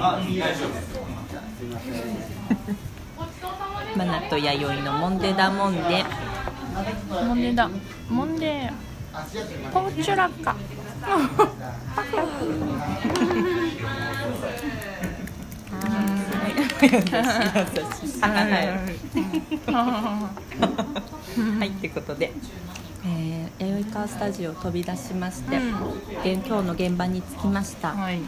あ、いい大丈夫です。すみません。マナと弥生のモンデダモンデモンデだモンデポーチュラカパクパ優しい優しいクはい、はい、ってことで、えー、弥生川スタジオを飛び出しまして、うん現今日の現場に着きました、はい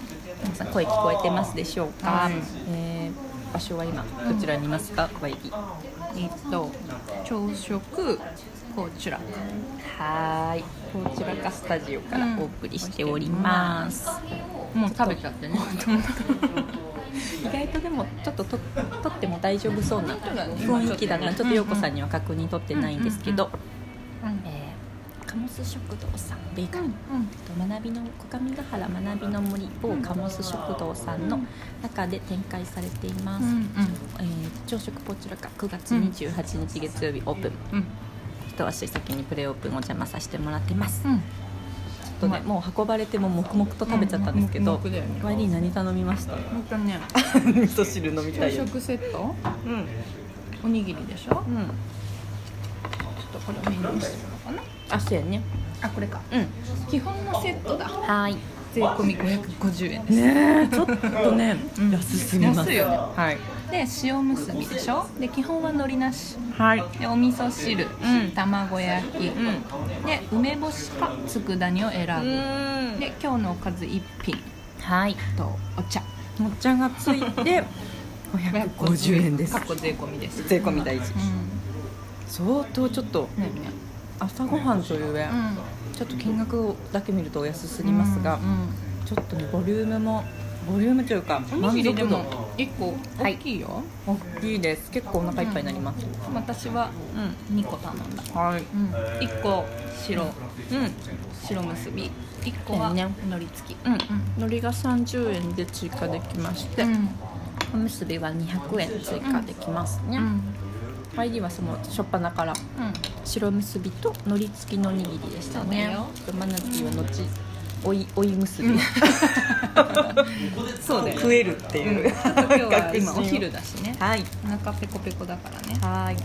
皆さん声聞こえてますでしょうか、はいえー場所は今どちらにいますか小池はえっと朝食ポーチュラーいこちらかスタジオからお送りしております、カもう食べちゃってね意外とでもちょっとと撮っても大丈夫そうなそうだね雰囲気だな今ちちょっょっとねと陽子さんには確認取ってないんですけどうんえー貨物食堂さんで、えっうんと学びの小上ヶ原学びの森某貨物食堂さんの中で展開されています、うんえー朝食ポチュラカ9月28日月曜日オープン、うん一足先にプレオープンお邪魔させてもらってます、うちんょっとねうもう運ばれても黙々と食べちゃったんですけど、うん黙々だよね YD 何頼みま した本当ね味噌汁飲みた朝いよ食セットうんうんおにぎりでしょちょっとこれをメニューにしてみようかなあそうやねあこれかうん基本のセットだはーい税込み550円ですねえちょっとね、ん安すぎます安いよねはいで塩むすびでしょで基本は海苔なしはいでお味噌う汁、ん卵焼き、うんで梅干しか佃煮を選ぶ、んで今日のおかず一品はいとお茶もっちゃんがついて550円です過去税込みです税込み大事う相当ちょっとんねね朝ごはんという上、うちょっと金額だけ見るとお安すんぎますが、うんちょっとねボリュームもボリュームというかおに満ぎりで足も度一個大きいよ、大きいです結構お腹いっぱいになります私うは二個頼んだ、んはいうん、1個白う白結び一個はだよね海苔付きんうん海苔が30円で追加できまして、おむすびは200円追加できますね、うんうん、 ID はその初っ端から 白結びと海苔付きのおにぎりでしたねマナティーは後おいおい結び、 そうだよねえるってうんちょっと今日は今お昼だしねはいお腹ペコペコだからねはいうん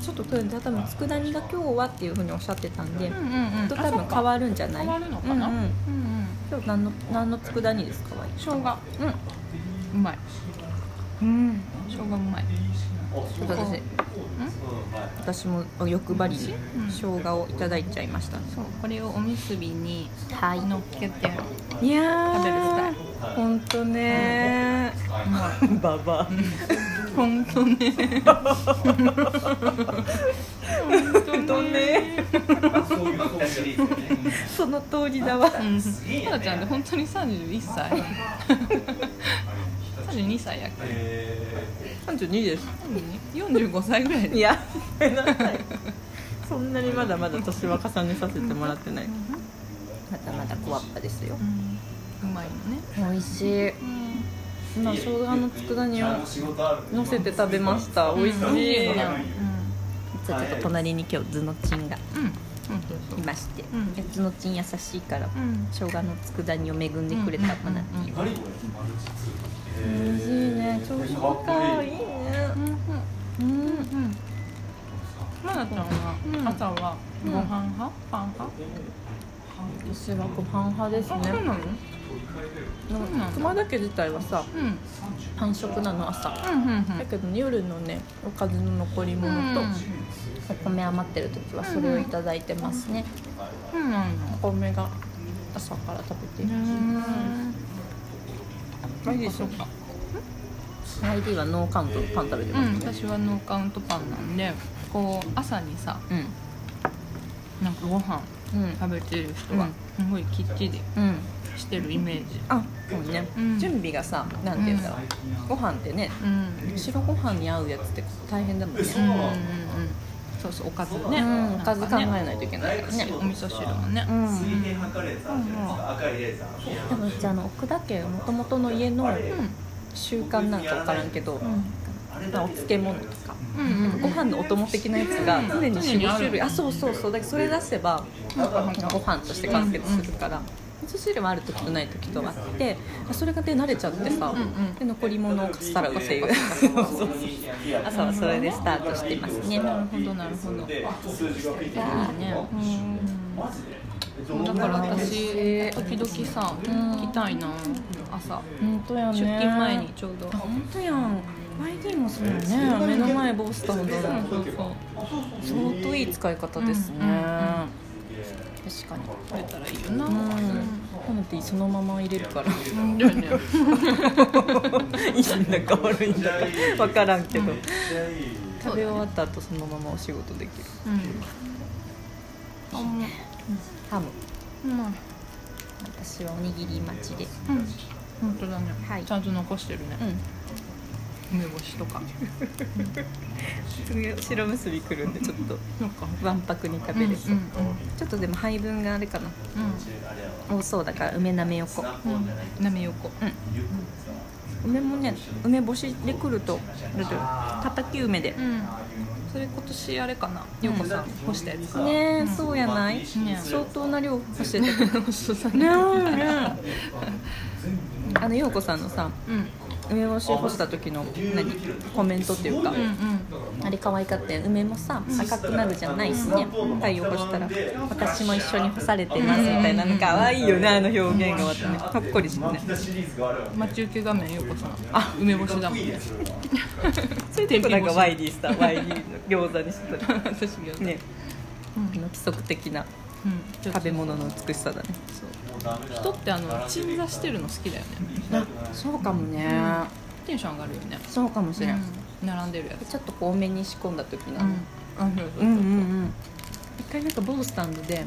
ちょっと今日多分佃煮が今日はっていうふうにおっしゃってたんで、うんうんうんとあ多そっ分か変わるんじゃない変わるのかなうんうんうんうん今日何の何の佃煮ですかわい生姜うんうまいうん生姜うまいちょっと私私も欲張りにうん生姜をいただいちゃいました、そうこれをおむすびには乗っけていやー食べるスタイル本当ねーババ本当ね本当ねその通りだわうんただちゃんって本当に31歳32歳やっけ三十二です何45歳ぐらいいやごめんなさい そんなにまだまだ年は重ねさせてもらってないまだまだ小わっぱですようんうまいのね美味しい今生姜の佃煮を乗せて食べました美味しいうん実はうちょっと隣に今日ズノチンがんうん本当そういましてんでズノチン優しいからうん生姜の佃煮を恵んでくれたマナティーは美味しいね朝食かいいねうんうんまなちゃんはうん朝はご飯派パン派私はご飯派ですあそうねなのうなの熊田家自体はさうんパン食なの朝うんうんだけど、ね、夜のねおかずの残りうん物と、お米余ってる時はそれをいただいてますね、そうなのお米が朝から食べている、うんいいでしょうか ID はノーカウントのパン食べてうまんすね私はノーカウントパンなんでこう朝にさうんなんかご飯うん食べてる人はすごいきっちりうん、してるイメージあそうね、うん準備がさなんて言うんだろう、ご飯ってねうんうん白ご飯に合うやつって大変だもんね、うんうんそうそうおかずねうんおかず考えなんかねないといけないからねお味噌汁はねうん水平測レーザーあるじゃないですか赤いレーザーでもうちあの奥田家もともとの家の習慣なんか分からんけど、まあお漬物とかうんうんうんご飯のお供的なやつが常に常に45ある種類あそうそうそうだからそれ出せばうんご飯として完結するから、う味噌汁はある時とない時とあってそれがで慣れちゃってさ、うんうんで残り物をかっさらう せい朝はそれでスタートしてますねなるほどなるほどねうんだから私、時々さ、行きたいな朝本当やね出勤前にちょうど、本当やん YD もそうやね目の前ボスタンだそうそうそう相当いい使い方ですね、うんうんうん確かに取れたらいいよな、うんなのでそのまま入れる からうん、だよねいいんだか悪いんだか分からんけど、そう食だべよ終わねった後そのままお仕事できるうんハムうんまあ私はおにぎり待ちでうん本当だね、はいちゃんと残してるねうん梅干しとか次白結び来るんでちょっとそっかわんぱくに食べれそう、うんうんちょっとでも配分があれかなう多そうだから梅なめ横んうんなめ横梅もね梅干しで来ると出てるたたき梅でう、んそれ今年あれかな陽子さん干したやつかなねえ、うんそうやない、ね相当な量干してたけどねえねえあの陽子さんのさうんうん梅干し干した時の何コメントっていうか、あれ可愛かったよ梅もさ赤くなるじゃないしね太陽干したら私も一緒に干されてますみたいななんか可愛いよねあの表現が私ねほっこりしてねうん待ち受け画面陽子さんあ梅干しだもんねそういうとこなんか YD さ YD の餃子にしてたり 私がねうんあの規則的なうん食べ物の美しさだねそう人ってあの鎮座してるの好きだよねそうかもねテンション上がるよねそうかもしれん、うん並んでるやつちょっとこう多めに仕込んだ時の、あそうそううそうんうんうん一回なんかボースタンドで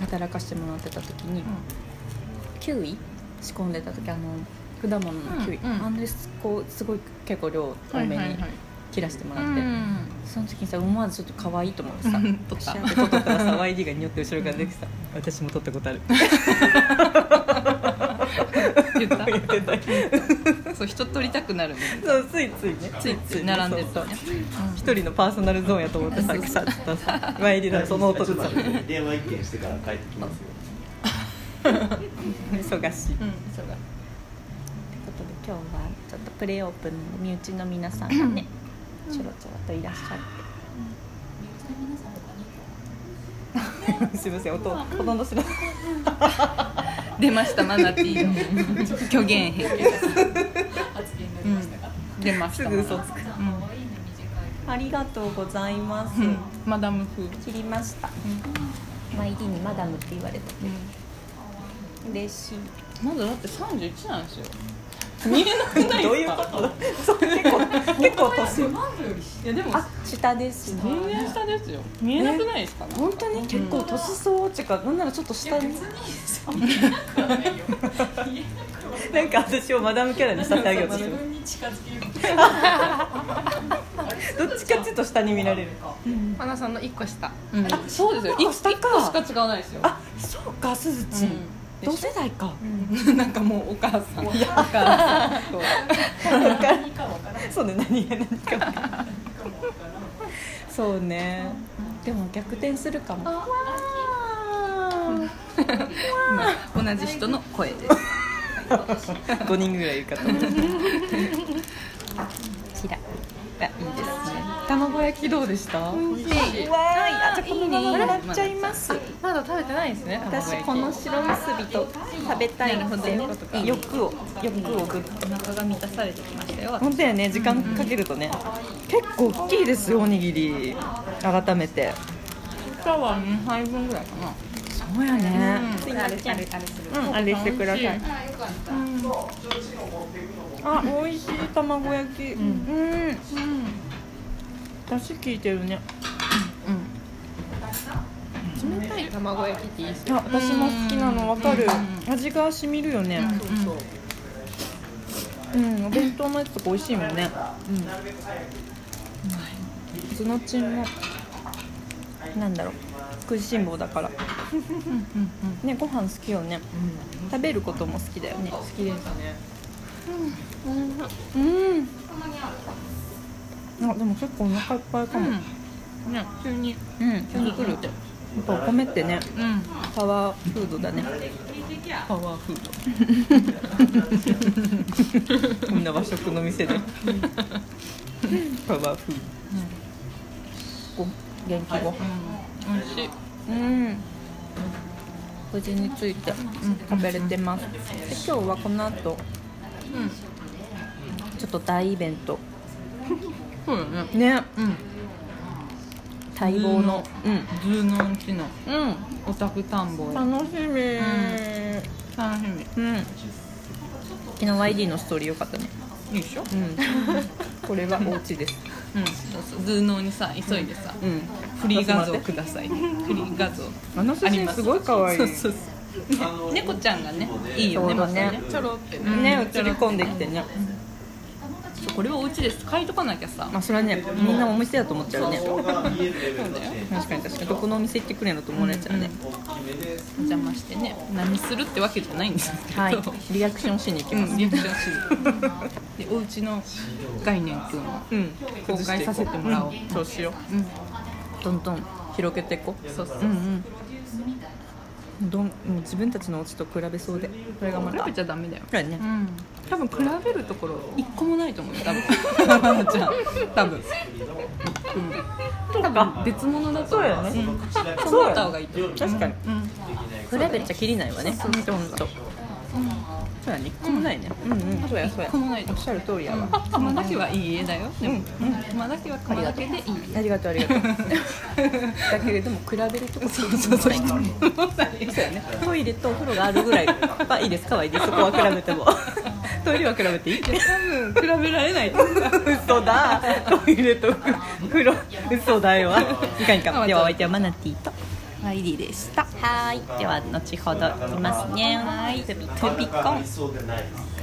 働かしてもらってた時に、キウイ仕込んでた時あの果物のキウイ、うんうんあんですこうすごい結構量多うんめはいにはい切らせてもらはっいて、うんその時にさ思わずちょっと可愛いと思ってさうんと撮っったた撮ったらさ YD が匂って後ろから出てきた 私も撮った ことある 言った言ってたそう人取りたくなるみたいなそうついついねついついね並んでるそとうそうね一人のパーソナルゾーンやと思ってさくさっとさ YD のその音でさ電話一件してから帰ってきますよ忙しいうんそということうだで今日はちょっとプレオープンの身内の皆さんがねちょろちょろといらっしゃってすいません音ほとんどしない出ましたマナティーの虚言癖ですうん出ましすたぐ嘘つくうんありがとうございますうんマダム風うん切りましたマイディにマダムって言われた嬉しいまだだって三十一なんですよ見えなくないどういうことだそう結構結構年いやでもあ下ですね全然下ですよ見えなくないですか本当に結構年相応っていうかなんならちょっと下になんか私をマダムキャラにさせあげようとしてるどっちかっていうと下に見られるマナさんの一個下そうですよ一個下か一個しか違わないですよあ そうかすずち、うん同世代か、なんかもうお母さんお母さんこうそうね何が何かそうねでも逆転するかも今同じ人の声です 5人ぐらいいるかと思ったキラあいいですね卵焼きどうでしたうわーいあじゃあこのままもらっちゃいますまだ食べてないですね私この白結びと食べたいので欲を欲をグッとお腹が満たされてきましたよ本当やね時間かけるとね、結構大きいですよおにぎり改めて下は2杯分ぐらいかなそうやねあれあれあれするうんあれしてくださいあ美味しい卵焼きうんだし効いてるね冷たい卵焼きっていいですあ私も好きなのわかる味が染みるよねうんお弁当のやつとか美味しいもんねうんズノチンもなんだろう食いしん坊だからねご飯好きよね食べることも好きだよね好きですねうんあでも結構お腹いっぱいかもね急にうん急に来るってうっぱお米ってねうんパワーフードだねパワーフードこんな和食の店でパワーフード、ご元気ご飯美味しいうん無事について食べれてます、で今日はこの後、ちょっと大イベントそうだねねうん待望のうんズーのんちのうんオタク探訪楽しみ楽しみうん、昨日 YD のストーリー良かったねいいでしょうんこれはお家ですうんそうそうズーのんにさ急いでさうんフリー画像くださいフリー画像あの写あり真ますすごい可愛いそうそうそうね猫ちゃんがねいいよねそうだまたねねちょろってねち映ょりろ込んできてねそうこれはお家です書いとかなきゃさまあそれはねみんなお店だと思っちゃうねここが見えるレベルの確かに確かにどこのお店行ってくれんのと思われちゃうね、大きめでお邪魔してね何するってわけじゃないんですけど、はいリアクションしに行きうます、ん、リアクションするでおうちの概念っていうのをうん公開させてもらおう、そうしようんうどんどん広げていこうそうそう、うんうんどんもう自分たちのお家と比べそうでこれがま比たべちゃダメだよ、だよねうん、多分比べるところ一個もないと思うよ 多分じゃあ多分多分別物だと思うそうだよねんそうそだう思よねった方がいいと思う確かにうん比べちゃきりないわねほんとそうだね一個もないねうんうんそうやそうや一個もないおっしゃる通りやわ熊だけはいい家だよでも、熊だけは熊だけでいいありがとうあり がとうだけれども比べるとこそうそうそうトイレとお風呂があるぐらいはいいです可愛いですそこは比べ てもトイレは比べていい多分比べられないと思う嘘だトイレと風呂嘘だよいかんいかんではお相手はマナティーとライディでしたはーいでは後ほどいますねはいピコピコンそうでないです